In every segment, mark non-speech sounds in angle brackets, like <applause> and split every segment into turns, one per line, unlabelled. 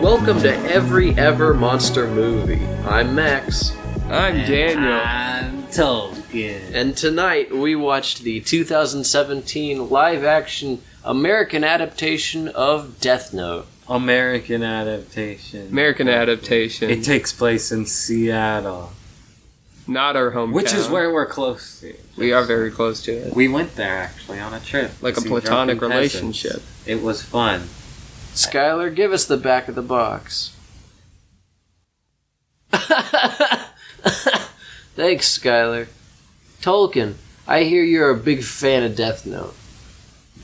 Welcome to every ever monster movie. I'm Max,
I'm Daniel.
I'm Tolkien.
and tonight we watched the 2017 live action American adaptation of Death Note.
American adaptation.
American adaptation.
It takes place in Seattle,
not our hometown.
which is where we're close to.
we are very close to it.
We went there actually on a trip,
Like
to
a
see
platonic
drunken peasants.
relationship.
It was fun.
Skylar, give us the back of the box. <laughs> Thanks, Skylar. Tolkien, I hear you're a big fan of Death Note.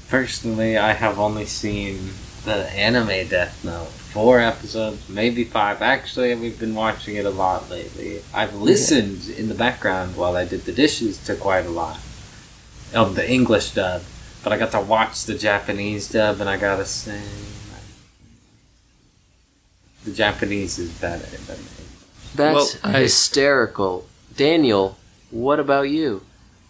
Personally, I have only seen the anime Death Note. Four episodes, maybe five. Actually, we've been watching it a lot lately. I've listened in the background while I did the dishes to quite a lot of the English dub, but I got to watch the Japanese dub, and I gotta say, the Japanese is better than the
That's
Well, I-
hysterical. Daniel, what about you?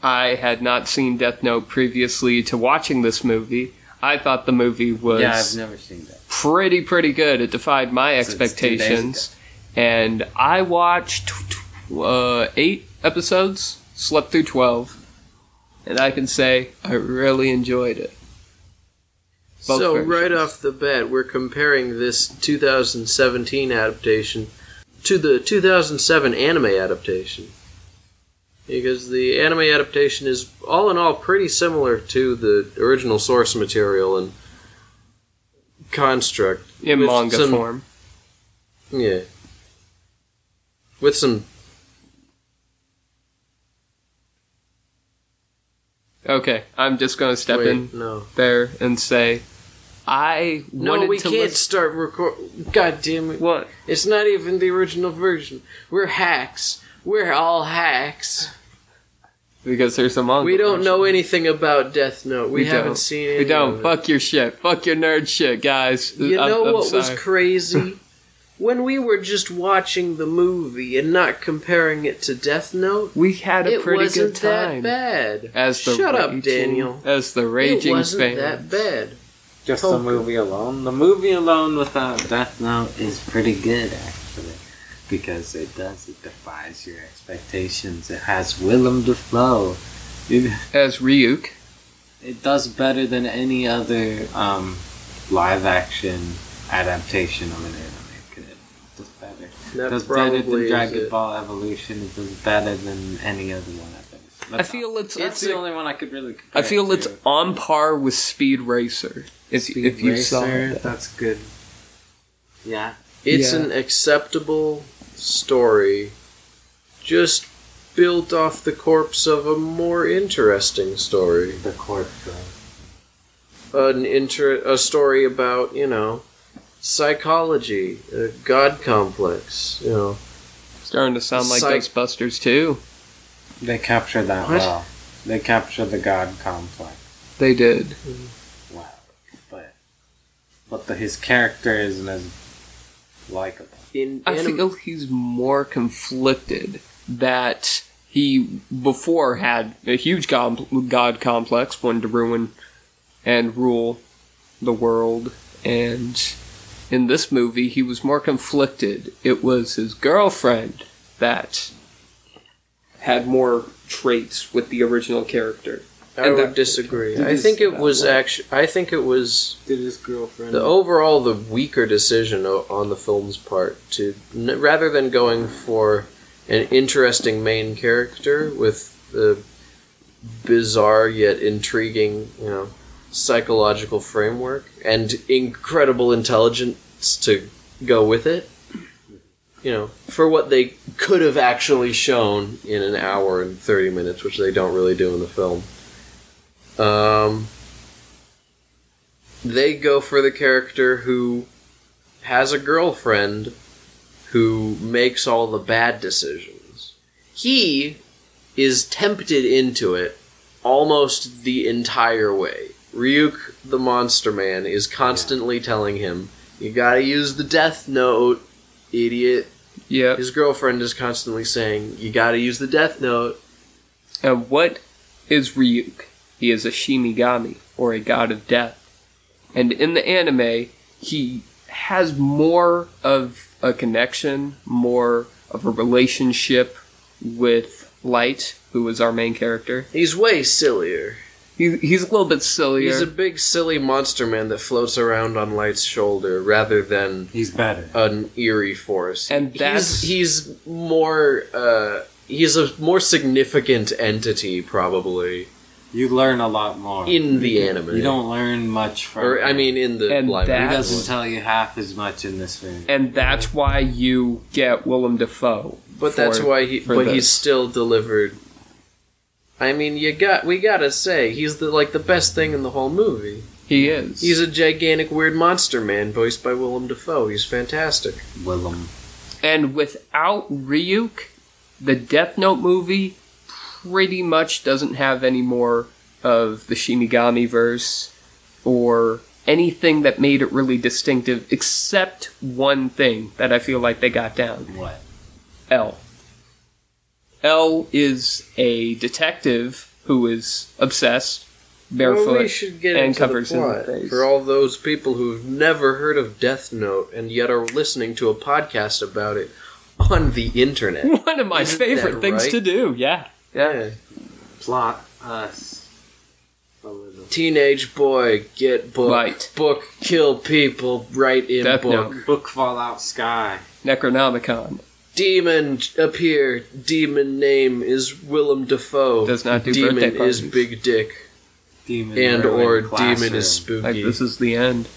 I had not seen Death Note previously to watching this movie. I thought the movie was
Yeah, I've never seen that.
pretty pretty good. It defied my
Since two days
expectations, and I watched tw- uh, eight episodes, slept through twelve, and I can say I really enjoyed it. Both
so
versions.
right off the bat, we're comparing this 2017 adaptation to the 2007 anime adaptation because the anime adaptation is all in all pretty similar to the original source material and construct
in
with
manga
some-
form.
Yeah, with some
Okay, I'm just gonna step
wait,
in
no.
there and say I
No,
wanted
we
to
can't
lis-
start record. God damn it!
What?
It's not even the original version. We're hacks. We're all hacks.
Because there's a manga.
We don't
version.
know anything about Death Note. We,
We
haven't
don't.
seen any
We don't.
of it.
Fuck your shit. Fuck your nerd shit, guys.
You
I'm-
know
I'm
what was
sorry. <laughs>
crazy? when we were just watching the movie and not comparing it to Death Note,
we had a
it
pretty
wasn't
good time.
that bad.
As the
Shut
raging-
up, Daniel.
As the raging
it wasn't
fans.
that bad.
Just
Tolkien.
the movie alone. The movie alone without Death Note is pretty good, actually, because it does. It defies your expectations. It has Willem Dafoe. It,
As Ryuk,
it does better than any other um, live action adaptation of an anime could. It does better.
That
it does better
probably
than
is
Dragon
it.
Ball Evolution. It does better than any other one I've ever seen.
I feel it's.
it's
it's
the only one I could really.
I
compare
feel
it
it's
to.
on par with Speed Racer. If, if you saw
Racer,
that.
that's good. Yeah.
It's
Yeah.
an acceptable story, just built off the corpse of a more interesting story.
The court
An inter- a story about, you know, psychology, a god complex, you know.
starting to sound like
Psych-
Ghostbusters too.
They capture that
What?
well. They capture the god complex
They did.
well. But but the, his character isn't as likable.
In
I
anim-
feel he's more conflicted that he before had a huge com- god complex, wanted to ruin and rule the world, and in this movie he was more conflicted. It was his girlfriend that had more traits with the original character.
I
and
would
that-
disagree.
it
I
is
think it
that
was
way.
actually. I think it was
Did his girlfriend
the overall the weaker decision o- on the film's part to n- rather than going for an interesting main character with the bizarre yet intriguing, you know, psychological framework and incredible intelligence to go with it. You know, for what they could have actually shown in an hour and 30 minutes, which they don't really do in the film. Um, they go for the character who has a girlfriend who makes all the bad decisions. He is tempted into it almost the entire way. Ryuk, the monster man, is constantly telling him, You gotta use the death note, idiot.
Yep.
His girlfriend is constantly saying, You gotta use the death note.
And what is Ryuk? He is a Shinigami, or a god of death. And in the anime, he has more of a connection, more of a relationship with Light, who is our main character.
He's way sillier.
He, he's a little bit sillier.
He's a big, silly monster man that floats around on Light's shoulder rather than
He's better.
an eerie force.
And that's-
he's, he's more uh, he's a more significant entity probably
You learn a lot more.
in the anime.
you don't learn much from.
or I mean in the
And
live
that-
he
action.
doesn't tell you half as much in this movie.
Eh.
and that's why you get Willem Dafoe.
But
for-
that's why he.
for
But
this.
he's still delivered. I mean, you got we gotta say he's the like the best thing in the whole movie.
he is.
He's a gigantic weird monster man voiced by Willem Dafoe. He's fantastic.
Willem.
And without Ryuk, the Death Note movie pretty much doesn't have any more of the Shinigami verse or anything that made it really distinctive, except one thing that I feel like they got down
What?
L. L is a detective who is obsessed, barefoot, <laughs>
Well, we should get
and
into
covers
the
in the
plot
face.
for all those people who've never heard of Death Note and yet are listening to a podcast about it on the internet.
one of my
Isn't that
favorite things
right?
to do, yeah.
yeah.
Plot us. A little.
Teenage boy, get book,
Right.
book, kill people, write in
Death
book.
Note.
Book Fallout Sky.
Necronomicon
Demon appear. Demon name is Willem Dafoe.
Does not do
Demon
birthday
is
parties.
big dick
Demon
and
ruined
or
classroom.
demon is spooky.
Like, this is the end.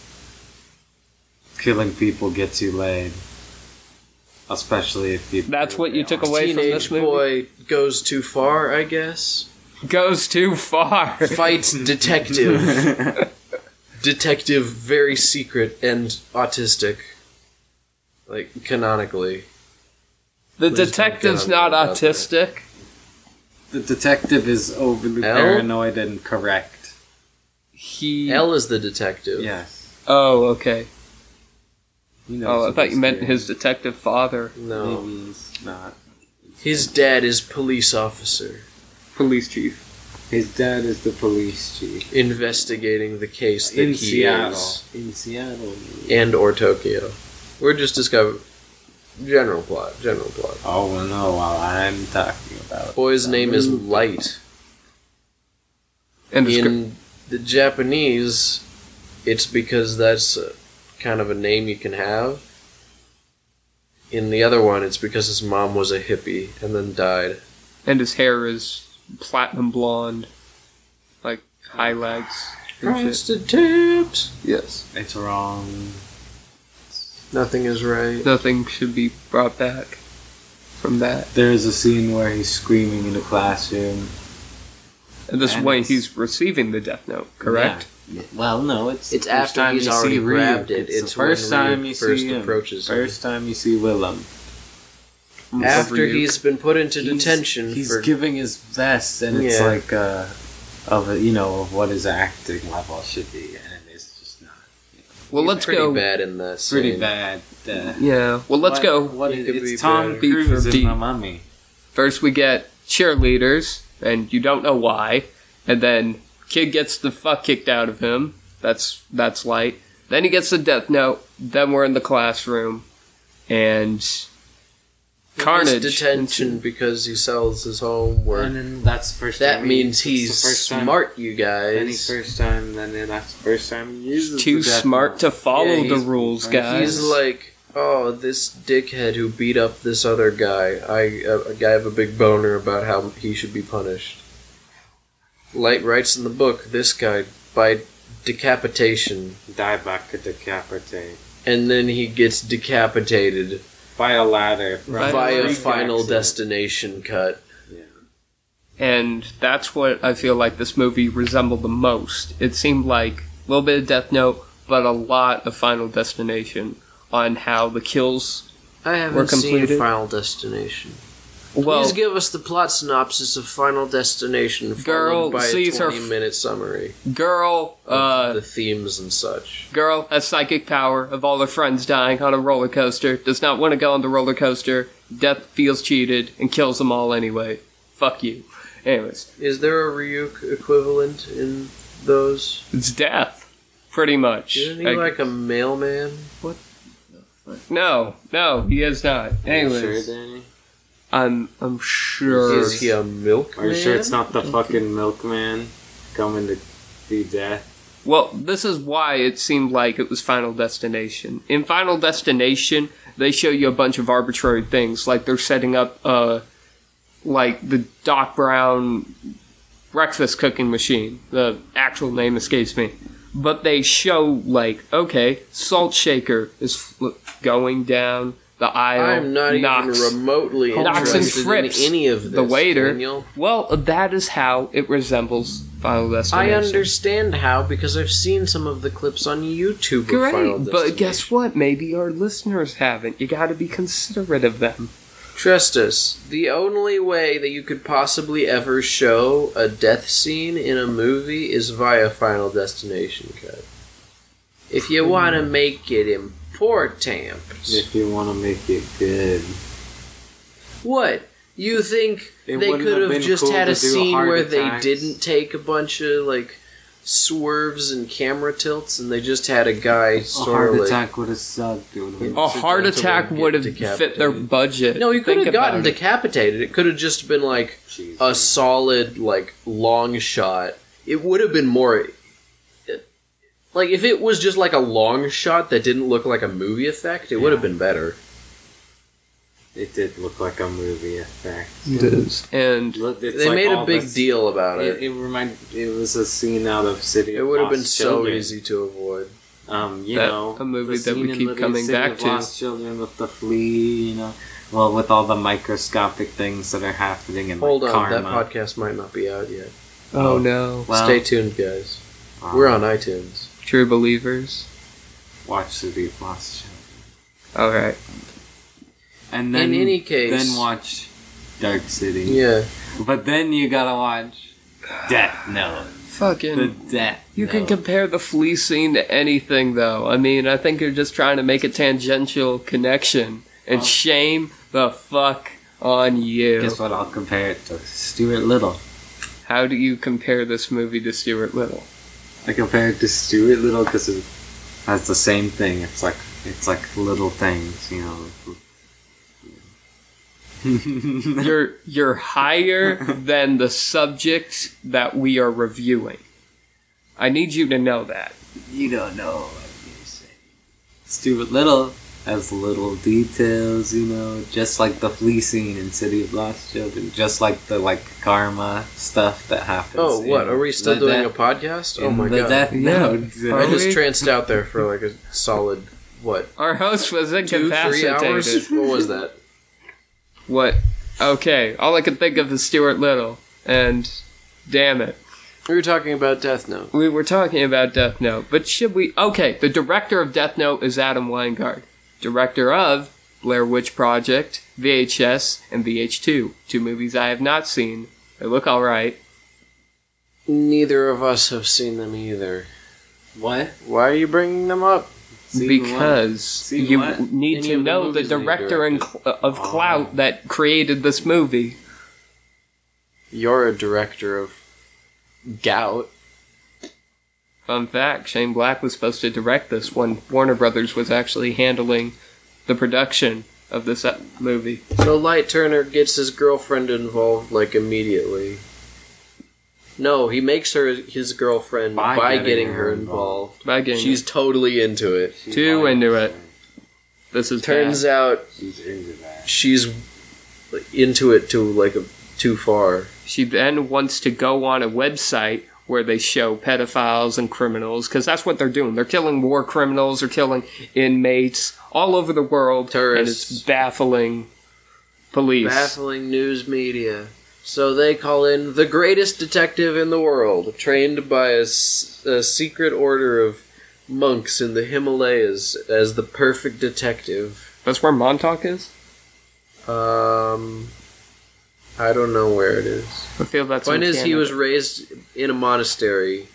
killing people gets you laid. Especially if you.
That's what you took away from
Teenage
this movie?
boy goes too far, I guess.
goes
<laughs>
too far. <laughs>
Fights detective. detective very secret and autistic. Like canonically.
The
Please don't
detective's
get on
not
about that.
autistic.
<laughs> the detective is overly
L?
paranoid and correct.
He.
L is the detective.
Yes.
oh, okay.
He knows
Oh, I
what
thought
he's
you meant
doing.
his detective father,
No.
Maybe he's not.
His dad is police officer
police chief.
His dad is the police chief
investigating the case that
in
he
Seattle.
is
In Seattle.
and or Tokyo. We're just discovering general plot, general plot.
Oh well, no. While I'm talking about
Boy's name is Light.
And it's
in the Japanese, it's because that's uh kind of a name you can have. In the other one, it's because his mom was a hippie and then died.
go- and his hair is platinum blonde, like highlights.
Oh,
And shit.
Prostitute.
Yes.
it's wrong.
Nothing is right.
Nothing should be brought back from that.
There's a scene where he's screaming in a classroom.
And this
And
way,
it's-
he's receiving the death note, correct?
Yeah. Well, no, it's
It's
the first
after
time
he's
you see
already
Ryuk.
grabbed it.
It's,
It's
the first
when Ryuk
time you
first
see him.
approaches him.
First time you see Willem.
From
After
Ryuk.
he's been put into
He's-
detention
He's
for
giving his best, and it's
Yeah.
like uh, of a, you know of what his acting level should be, and it's just not
Well,
he's
let's
pretty
go.
bad in that. Scene.
pretty bad. Uh,
Yeah. Well, let's
what-
go.
What
He
is,
could be
it's Tom
better.
Beat for
Cruise in
beat.
my mummy.
First, we get cheerleaders, and you don't know why. And then kid gets the fuck kicked out of him. That's that's light. Then he gets the death note. Then we're in the classroom, and
He's
carnage.
detention because he sells his homework.
And then that's the first.
That
time he-
means
that's the
he's
first time-
smart, you
Then he
guys.
first time, then that's the first time he uses
Too
the death
smart
note.
to follow
Yeah,
the
he's-
rules,
he's
guys.
He's like, oh, this dickhead who beat up this other guy. I, uh, I have a big boner about how he should be punished. Light writes in the book, this guy by decapitation,
die back at decapitate
and then he gets decapitated
by a ladder from
By a
via
freak
Final
accident.
Destination cut.
Yeah.
and that's what I feel like this movie resembled the most. It seemed like a little bit of Death Note, but a lot of Final Destination on how the kills.
I
Were
haven't seen
completed.
Final Destination.
Well,
Please give us the plot synopsis of Final Destination, followed
Girl
by
sees
a
her f-
twenty-minute summary
girl,
of
uh,
the themes and such.
Girl has psychic power of all her friends dying on a roller coaster, does not want to go on the roller coaster, death feels cheated, and kills them all anyway. Fuck you. Anyways,
Is there a Ryuk equivalent in those?
it's death. Pretty much.
Isn't he
Like,
like a mailman? What
No, no, he has not. Anyways,
Are you sure, Danny?
I'm I'm sure.
Is he a milkman?
Are you sure it's not the fucking milkman coming to be death?
Well, this is why it seemed like it was Final Destination. In Final Destination, they show you a bunch of arbitrary things, like they're setting up, uh, like the Doc Brown breakfast cooking machine. The actual name escapes me, but they show like, okay, salt shaker is fl- going down the aisle.
I'm not
knocks.
even remotely
Knocks and
interested in
Frips,
any of this.
the waiter.
Daniel.
Well, that is how it resembles Final
I
Destination.
understand how because I've seen some of the clips on YouTube. of Final
Great, but
Destination.
guess what? Maybe our listeners haven't. You got to be considerate of them.
Trust us, the only way that you could possibly ever show a death scene in a movie is via Final Destination cut. If you want
Hmm.
to make it important,
If you want to make it good,
what you think
It
they
wouldn't
could
have
have
been
just
cool
had
to
a
do
scene
heart
where
attacks.
they didn't take a bunch of like swerves and camera tilts, and they just had a guy
a heart
sort of like.
attack would have sucked. Oh, It would've been-
A heart
Accidental
attack
and
would
get
have fit their
decapitated.
budget.
No, you could
Think
have gotten
about it.
decapitated. It could have just been like
Jesus.
a solid like long shot it would have been more like if it was just like a long shot that didn't look like a movie effect it would have been better
It did look like a movie effect.
And
Look, it's
they
like
made a
all
big
this-
deal about
It,
it
it reminded. It was a scene out of City.
it,
of
would have
Lost
been so
Children.
easy to avoid
Um, you
That-
know,
a movie
the
that we
scene in
keep
Living
coming
City
back
of
to.
Lost Children with the flea, you know, well, with all the microscopic things that are happening and
hold
like,
on
karma.
that podcast might not be out yet
oh no,
Well,
stay tuned guys
um,
we're on itunes
true believers.
Watch City of Lost Children,
All right,
and then
in any case
then watch Dark City.
yeah
But then you gotta watch Death Note.
fucking.
The Death.
you can
Note.
compare the flea scene to anything, though. I mean, I think you're just trying to make a tangential connection. And
Oh.
shame the fuck on you.
Guess what? I'll compare it to Stuart Little.
How do you compare this movie to Stuart Little?
I compare it to Stuart Little because it has the same thing. It's like it's like little things, you know.
you're you're higher than the subject that we are reviewing. I need you to know that.
<laughs> you don't know what you're saying. Stuart Little has little details, you know, just like the flea scene in City of Lost Children, just like the like karma stuff that happens.
oh what
in
are we still
the
doing a
Death-
podcast oh
in
my
the
god
Death
Yeah.
Note.
i
Are
just
we-
tranced out there for like a solid what <laughs>
Our host was
two three
incapacitated.
hours what was that
What? Okay, all I can think of is Stuart Little, and damn it,
we were talking about death note
we were talking about Death Note, but should we? Okay, the director of Death Note is Adam Weingart, director of Blair Witch Project, VHS, and VH2, two movies I have not seen. They look all right.
Neither of us have seen them either.
What?
Why are you bringing them up?
Scene one.
because
Scene
you
what?
need
Any
to
of the
know the
movies that he
director and
directed. Oh.
cl- of clout that created this movie.
You're a director of gout.
Fun fact: Shane Black was supposed to direct this when Warner Brothers was actually handling the production of this uh, movie.
So Light Turner gets his girlfriend involved like immediately. No, he makes her his girlfriend by, getting, her involved.
By getting
She's totally into it.
She's
Too
lying.
into it. this is
Turns
bad.
out
She's into that.
she's into it to like a, too far.
She then wants to go on a website where they show pedophiles and criminals because that's what they're doing. They're killing war criminals. They're killing inmates all over the world,
Terrorists.
and it's baffling. Police.
Baffling news media. So they call in the greatest detective in the world, trained by a, s- a secret order of monks in the Himalayas as the perfect detective.
That's where Montauk is.
Um, I don't know where it is.
I feel that's.
Point
in
is, he
Canada.
was raised in a monastery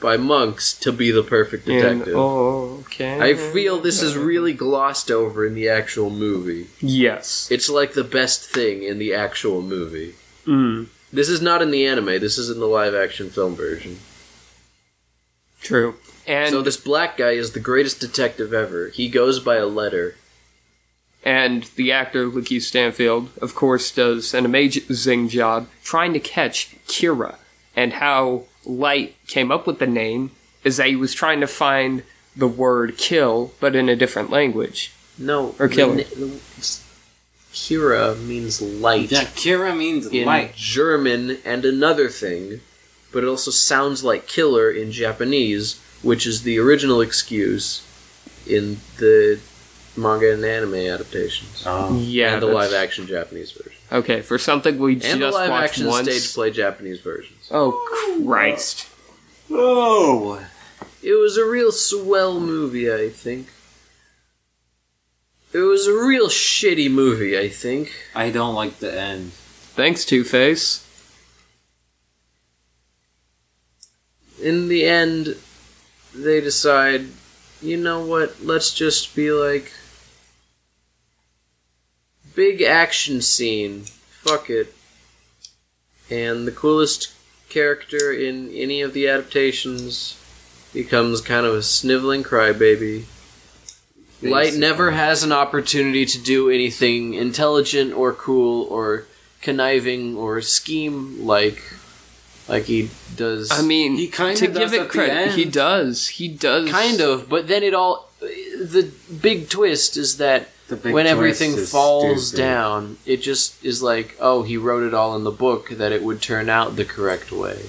by monks to be the perfect
In-
detective.
oh, okay.
I feel this is really glossed over in the actual movie.
Yes.
It's like the best thing in the actual movie.
Mm,
This is not in the anime. This is in the live action film version.
true. And
so this black guy is the greatest detective ever. He goes by a letter.
And the actor Lakeith Stanfield, of course, does an amazing job trying to catch Kira. And how Light came up with the name is that he was trying to find the word kill, but in a different language.
No,
Or
the
killer.
na- the- it's- Kira means light
Yeah, Kira means
in
light.
German and another thing, but it also sounds like killer in Japanese, which is the original excuse in the manga and anime adaptations.
Oh.
Yeah,
and the
that's-
live action Japanese version.
Okay, for something we
And the
just
live
watched
action
once.
stage play Japanese versions.
Oh Christ!
Oh.
It was a real swell movie, I think. It was a real shitty movie, I think.
I don't like the end.
Thanks, Two Face.
in the end, they decide, you know what, let's just be like. Big action scene. Fuck it. And the coolest character in any of the adaptations becomes kind of a sniveling crybaby. Light
Basically.
never has an opportunity to do anything intelligent or cool or conniving or scheme like like he does
I mean,
He kinda
to
does
give
at
it
the
credit,
end.
he does. He does
kind of but then it all the big twist is that
The big
when
twist
everything
is
falls
stupid.
down it just is like oh he wrote it all in the book that it would turn out the correct way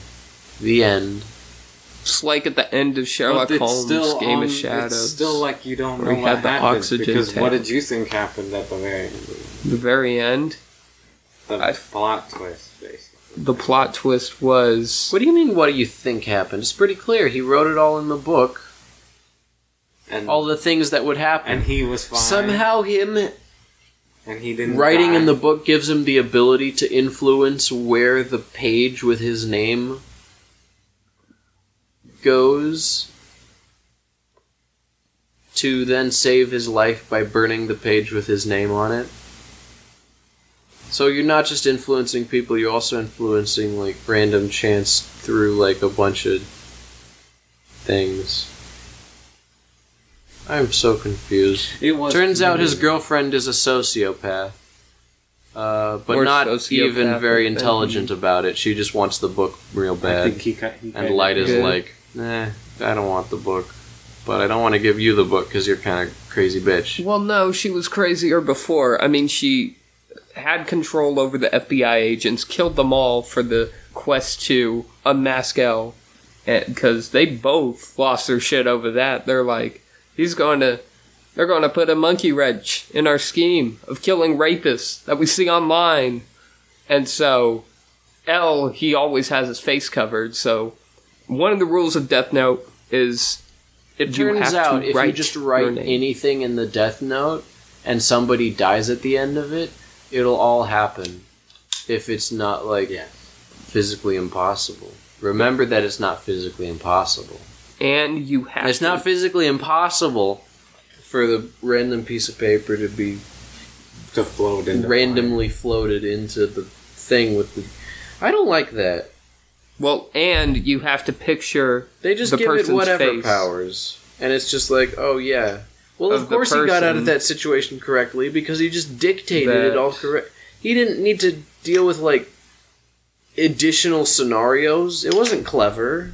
the end
It's like at the end of Sherlock
But it's
Holmes'
still
Game
on-
of Shadows.
It's still like you don't
where
know
he
what
had the
happened
oxygen
because what
tank.
did you think happened at the very end?
the very end.
The
I-
plot twist, basically.
The plot twist was
what do you mean what do you think happened it's pretty clear he wrote it all in the book
And
all the things that would happen
and he was fine.
somehow him
and he didn't
writing
die.
in the book gives him the ability to influence where the page with his name goes to then save his life by burning the page with his name on it. So you're not just influencing people, you're also influencing like random chance through like a bunch of things. I'm so confused.
It was
Turns out his
really-
girlfriend is a sociopath, uh, but
Or
not
sociopathic
even very
thing.
intelligent about it. She just wants the book real
I think
bad,
he, cut- he cut-
and Light is
Good.
like, "Nah, I don't want the book, but I don't want to give you the book because you're kind of crazy bitch."
well, no, she was crazier before. I mean, she had control over the FBI agents, killed them all for the quest to unmask L, because they both lost their shit over that. They're like, he's going to. They're going to put a monkey wrench in our scheme of killing rapists that we see online. And so, L, he always has his face covered. So, one of the rules of Death Note is
It
You have
turns
to
out if you
write
just
your
write
name.
anything in the Death Note and somebody dies at the end of it, it'll all happen. If it's not like
Yeah.
physically impossible, remember that it's not physically impossible.
and you have
It's not
to-
physically impossible for the random piece of paper to be
to float in the
randomly floated into the thing with the. I don't like that.
well, and you have to picture
They just
The
give it
person's
whatever
face.
powers, and it's just like, oh yeah. Well,
Of
of,
the
course he got out
person.
of that situation correctly because he just dictated
That-
it all correct. He didn't need to deal with like additional scenarios. It wasn't clever.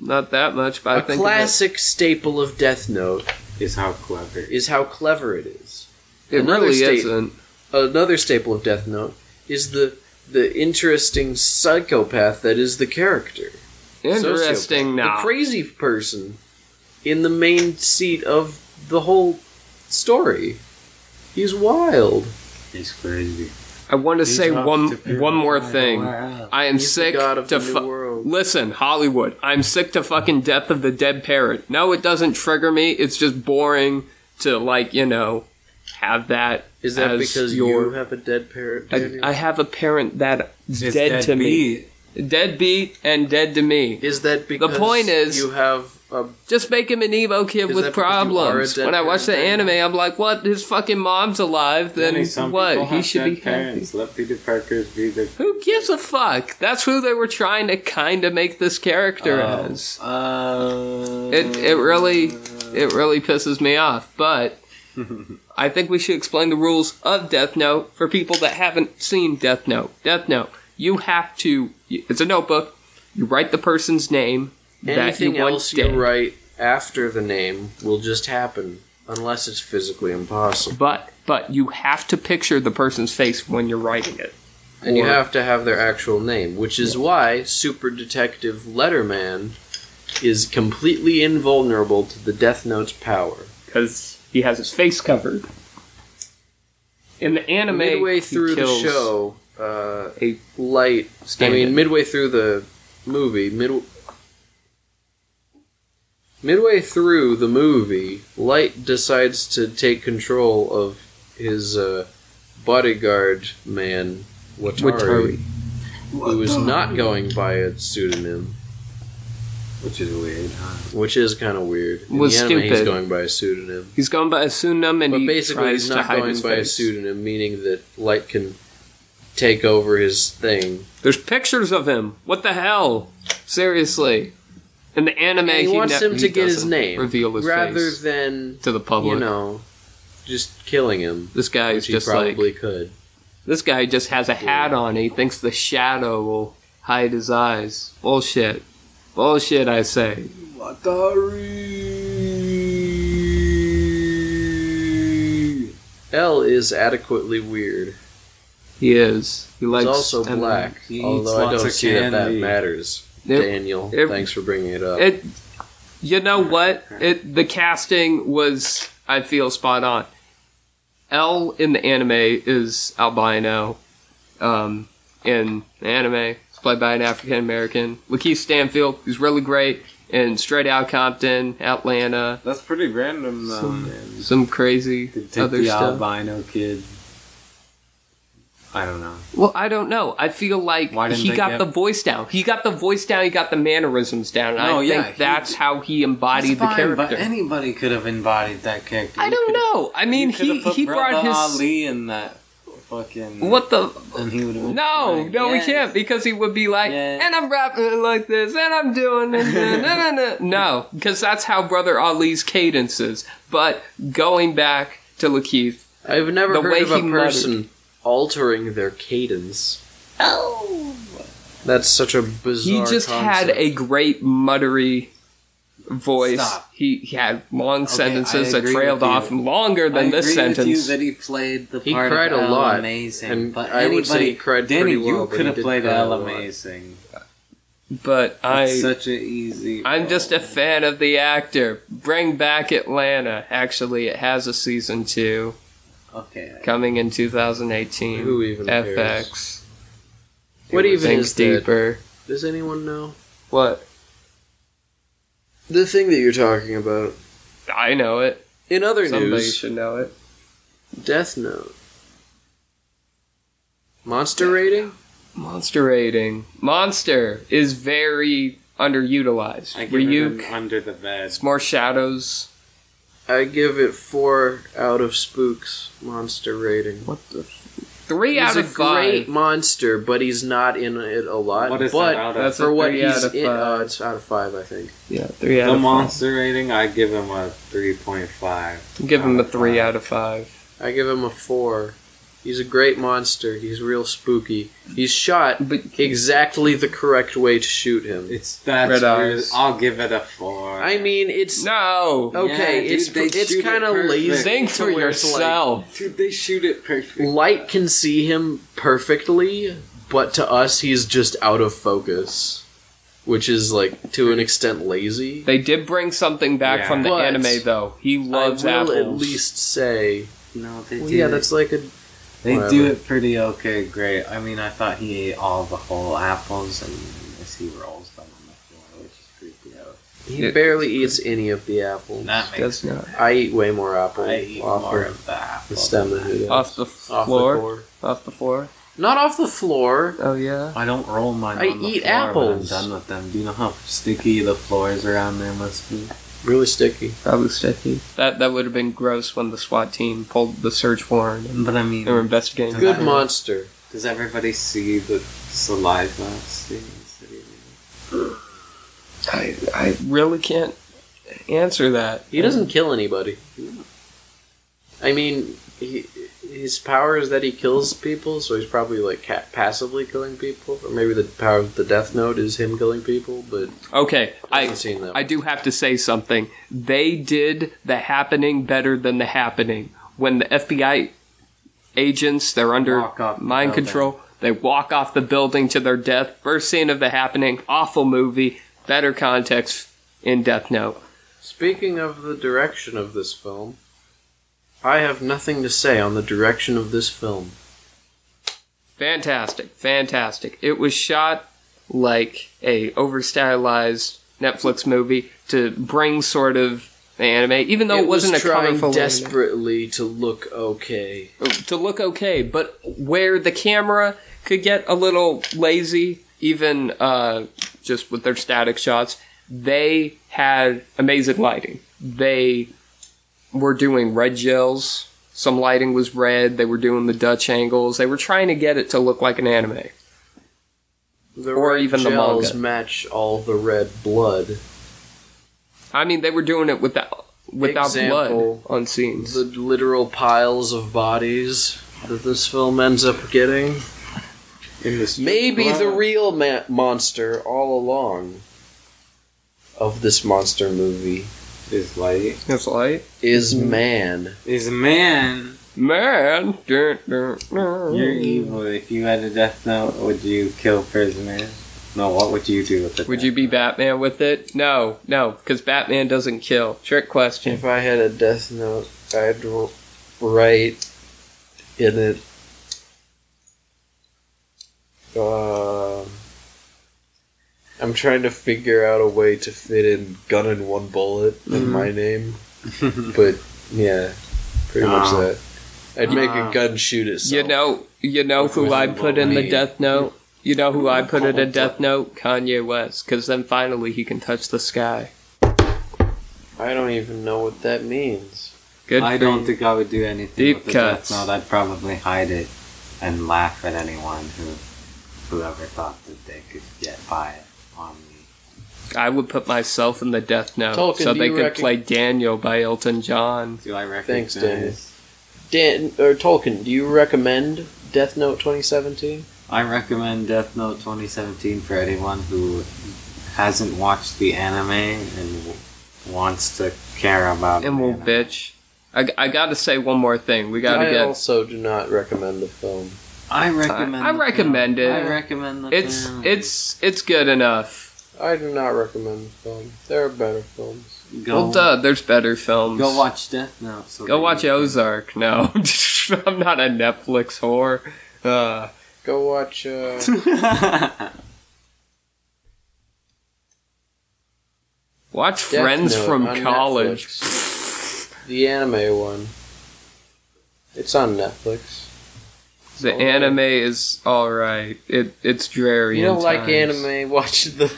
not that much, but
A
I think
classic staple of Death Note
is how clever.
is how clever it is.
it, it
another
really
state-
isn't.
another staple of Death Note is the the interesting psychopath that is the character.
Interesting
Sociopath.
now.
The crazy person in the main seat of the whole story. He's wild.
He's crazy.
I want to
He's
say
up
one
to
one more
purify
thing.
the world.
I am
He's the
sick
god of
to
the new
fu-
world.
listen, Hollywood. I'm sick to fucking death of the dead parrot. No, it doesn't trigger me. It's just boring to like you know have that.
Is that
as
because you
your
have a dead parent?
I,
Daniel?
I have a parent that's
It's
dead, to
deadbeat.
me, deadbeat and dead to me.
is that because
point is-
you have a
Just make him an Evo kid
Is
with
that because you are a
problems.
dead
When I watch the
parent?
anime, I'm like, what? His fucking mom's alive. Then
Only some people
what? He
have
should
dead
be happy.
parents. Let Peter Parker's be the
Who gives a fuck? That's who they were trying to kind of make this character
Oh.
as.
Uh, <laughs>
It it really it really pisses me off. But I think we should explain the rules of Death Note for people that haven't seen Death Note. Death Note, you have to. It's a notebook. You write the person's name
Anything
that you
else
once did.
you write after the name will just happen, unless it's physically impossible.
But but you have to picture the person's face when you're writing it.
And you
Or-
have to have their actual name, which is why Super Detective Letterman is completely invulnerable to the Death Note's power.
because he has his face covered. In the anime,
midway through
he
the
kills
show, uh,
a
light. I
Stand
mean,
it.
midway through the movie, mid midway through the movie, Light decides to take control of his uh, bodyguard man Watari,
Watari.
who is not going by a pseudonym,
Which is weird, huh?
which is kind of weird. In
Was
the anime, he's
stupid.
going by a pseudonym,
He's gone by a pseudonym, and
but
he
basically,
tries
he's
to
not
hide
going
his
by a
face.
pseudonym, meaning that Light can take over his thing.
There's pictures of him. What the hell? Seriously, in the anime,
And he, wants
ne-
him
he
to get his
doesn't
name
reveal his
rather
face
than
to the public.
you know just killing him.
this guy is
Which he
just
probably
like
could.
this guy just has a hat on. He thinks the shadow will hide his eyes. Bullshit. Bullshit, I say.
Watari!
L is adequately weird.
He is. He likes
He's also
and-
black, Oh,
he eats
although I
lots
don't
of
see that that
candy.
matters.
Yep.
Daniel,
Yep.
thanks for bringing it up.
It, you know what? It the casting was I feel spot on. L in the anime is albino. Um, in the anime, it's played by an African American. Lakeith Stanfield, who's really great, and Straight Out Compton, Atlanta,
That's pretty random, though,
Some-
man.
some crazy
To take
other
the
stuff.
albino kid. I don't know.
Well, I don't know. I feel like
Why didn't
he
they
got
get-
the voice down. He got the voice down. He got the mannerisms down. And
No,
I
yeah,
think
he-
that's how he embodied
That's fine,
the
But
character.
anybody could have embodied that character.
I
You
don't
could've-
know. I mean,
you could've
he
put
he brought
Brother
his
Ali in that fucking.
what the
And he would have.
no no we can't because he would be like
Yes.
and I'm rapping like this and I'm doing this, and no
<laughs>
no no no because that's how Brother Ali's cadence is. But going back to Lakeith,
I've never
the way
heard of a
he
person altering their cadence.
Oh.
That's such a bizarre.
he just had
concept.
a great muttery voice.
Stop.
He, he had long sentences
I
that
agree
trailed
with you.
off longer than
I
this
agree
sentence.
With you that he played the
He
part
cried
of
a
Elle
lot,
amazing,
and
but
I
anybody,
would say he cried pretty
Danny,
well,
you
but
could
he
have
did
played
cry a
Elle
lot.
amazing.
but I
It's such an easy.
I'm just a fan of the actor. Bring back Atlanta. Actually, it has a season two
okay. I-
coming in 2018.
Who even
FX.
cares? What even
Think
is that?
deeper.
Does anyone know
What?
the thing that you're talking about?
I know it.
In other
Somebody
news,
should know it.
Death Note. Monster rating?
Monster rating. Monster is very underutilized.
I give him
Ryuk.
under the bed.
It's more shadows.
I give it four out of Spook's monster rating.
What the? Three
he's
out
a
of five.
great monster, but he's not in it a lot.
What is
but
that out of?
That's
for
a
what
three
he's
out of
in,
five.
uh, it's out of five, I think.
yeah, three out
The
of
monster rating, I give him a 3.5.
five. Give him
out
a
of
three
five.
out of five.
I give him a four. He's a great monster. He's real spooky. He's shot
But
exactly the correct way to shoot him.
It's that's
Red
weird.
eyes.
I'll give it a 4.
I mean, it's
no.
okay.
Yeah, dude,
it's
they
it's
shoot it
kind of
perfect.
lazy.
Think
to
for
where it's like-
yourself.
Dude, they shoot it perfect.
Light can see him perfectly, but to us, he's just out of focus, which is like to an extent lazy.
They did bring something back
Yeah.
from the
But
anime, though. He loves
I will
apples.
at least say,
No, they
well,
do.
yeah, that's like a
they do
whatever.
it pretty okay. Great. I mean, I thought he ate all the whole apples, and as he rolls them on the floor, which is creepy. Out.
he
It-
barely eats any of the apple.
That makes
Does not.
I eat way more apple
I eat
off
more
of
of the apple.
the stem than he does.
Off the
Off the
floor.
floor.
Off the floor.
Not off the floor.
Oh yeah.
I don't roll mine.
I
on the
eat
floor when
apples.
I'm done with them. Do you know how sticky the floors around there must be?
Really sticky.
Probably sticky. That that would have been gross when the SWAT team pulled the search warrant and
But I mean,
they were investigating.
Does
Good
that-
monster.
Does everybody see the saliva? See- see-
I I really can't answer that.
He doesn't kill anybody. I mean, he, his power is that he kills people, so he's probably like ca- passively killing people, or maybe the power of the Death Note is him killing people. But
Okay,
I
I
haven't seen that.
I do have to say something. They did the happening better than the happening. When the FBI agents, they're under
Walk off the
mind
building.
control, they walk off the building to their death. First scene of the happening, awful movie, better context in Death Note.
Speaking of the direction of this film, I have nothing to say on the direction of this film.
Fantastic, fantastic. It was shot like a overstylized Netflix movie to bring sort of anime, even though it, wasn't
was
a
trying
colorful anime.
desperately to look okay.
to look okay, but where the camera could get a little lazy, even uh, just with their static shots, they had amazing lighting. They were doing red gels. Some lighting was red. They were doing the Dutch angles. They were trying to get it to look like an anime.
The
Or
red
even the
gels
manga.
match all the red blood.
I mean, they were doing it without without
Example,
blood on scenes.
The literal piles of bodies that this film ends up getting.
In this
Maybe the real ma- monster all along of this monster movie
is light.
That's light.
is man.
Is man.
Man, dun, dun, dun.
You're evil. If you had a death note, would you kill prisoner? No, what would you do with it?
Would you be Batman with it? No, no, because Batman doesn't kill. Trick question.
If I had a death note, I'd r- write in it. Um, I'm trying to figure out a way to fit in gun in one bullet in my name,
<laughs>
but yeah, pretty much
Ah.
that. I'd make a
Ah.
gun shoot itself.
You know, you know who I put in the Death Note. You know who I put in a Death Note? Kanye West, because then finally he can touch the sky.
I don't even know what that means.
Good.
I
for
don't
you.
think I would do anything
Deep
with the
cuts.
death note. I'd probably hide it and laugh at anyone who, whoever thought that they could get by it on me.
I would put myself in the Death Note
Tolkien,
so
do
they
you
could
reckon-
play Daniel by Elton John.
Do I
Thanks,
recognize?
Daniel. Dan or Tolkien, do you recommend Death Note 2017?
I recommend Death Note 2017 for anyone who hasn't watched the anime and w- wants to care about
And
the
we'll
anime.
bitch. I, I gotta say one more thing. We gotta
I
get.
also do not recommend the film.
I recommend.
I- I
the
recommend
film.
it.
I recommend the
It's
film.
it's it's good enough.
I do not recommend the film. There are better films.
go,
Well, duh. There's better films.
go watch Death Note. So
Go
that
watch
you <laughs> can-
Ozark. No, <laughs> I'm not a Netflix whore. Uh,
Go watch. Uh,
watch
Death
Friends
Note
from
on
College.
Netflix. the anime one. It's on Netflix.
The
Alright.
anime is all right. It it's dreary.
you don't
at
like
times.
anime? <laughs> Watch the.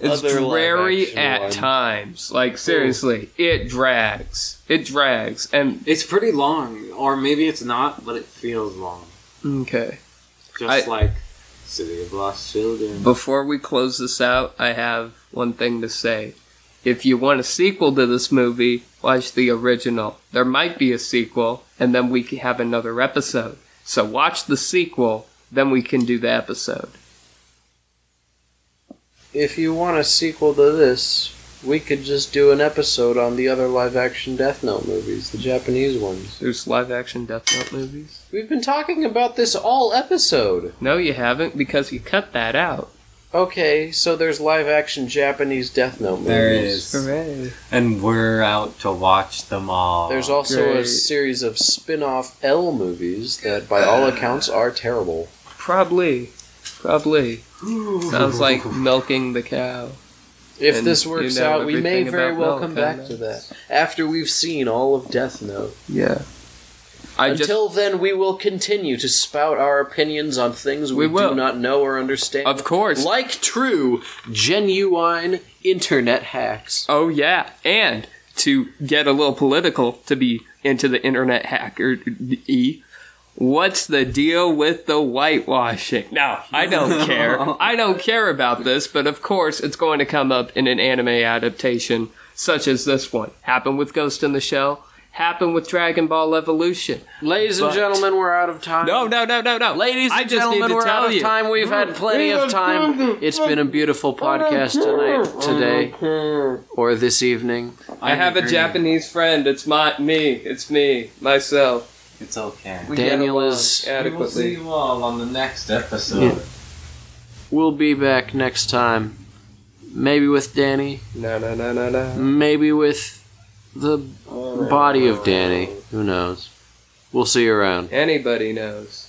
It's
other live
dreary
action
at
one.
times. Like seriously, it drags. It drags. And
It's pretty long, or maybe it's not, but it feels long.
okay,
Just
I-
like City of Lost Children.
before we close this out, I have one thing to say. If you want a sequel to this movie, watch the original. There might be a sequel, and then we can have another episode. So watch the sequel, then we can do the episode.
If you want a sequel to this, we could just do an episode on the other live action Death Note movies, the Japanese ones.
There's live action Death Note movies?
We've been talking about this all episode.
No, you haven't, because you cut that out.
Okay, so there's live action Japanese Death Note movies.
There is.
Hooray.
And we're out to watch them all.
There's
<laughs>
also a
Great.
series of spin off L movies that, by
Uh,
all accounts, are terrible.
Probably. Probably.
<laughs>
Sounds like milking the cow.
If
And
this
you
works
know
out, we may
everything
very
about
well
milk,
come
huh,
back to that. After we've seen all of Death Note.
Yeah. I just
Until then, we will continue to spout our opinions on things we,
We will.
do not know or understand.
Of course.
Like true, genuine internet hacks.
Oh yeah, and to get a little political, to be into the internet hacker e. What's the deal with the whitewashing? Now,
<laughs>
I don't care. I don't care about this, but of course it's going to come up in an anime adaptation such as this one. Happened with Ghost in the Shell, happened with Dragon Ball Evolution.
Ladies and
But-
gentlemen, we're out of time.
No, no, no, no, no.
Ladies
I
and
just need
gentlemen,
to
we're
tell
out of
you.
time. We've had plenty of time. It's been a beautiful podcast tonight, today, or this evening.
I have a
agree.
Japanese friend. It's my me. It's me myself.
It's okay.
We
Daniel
get along
is-
We will see
adequately.
you all on the next episode.
Yeah. We'll be back next time. Maybe with Danny.
No, no, no, no, no.
Maybe with the body of Danny. Who knows? We'll see you around.
Anybody knows.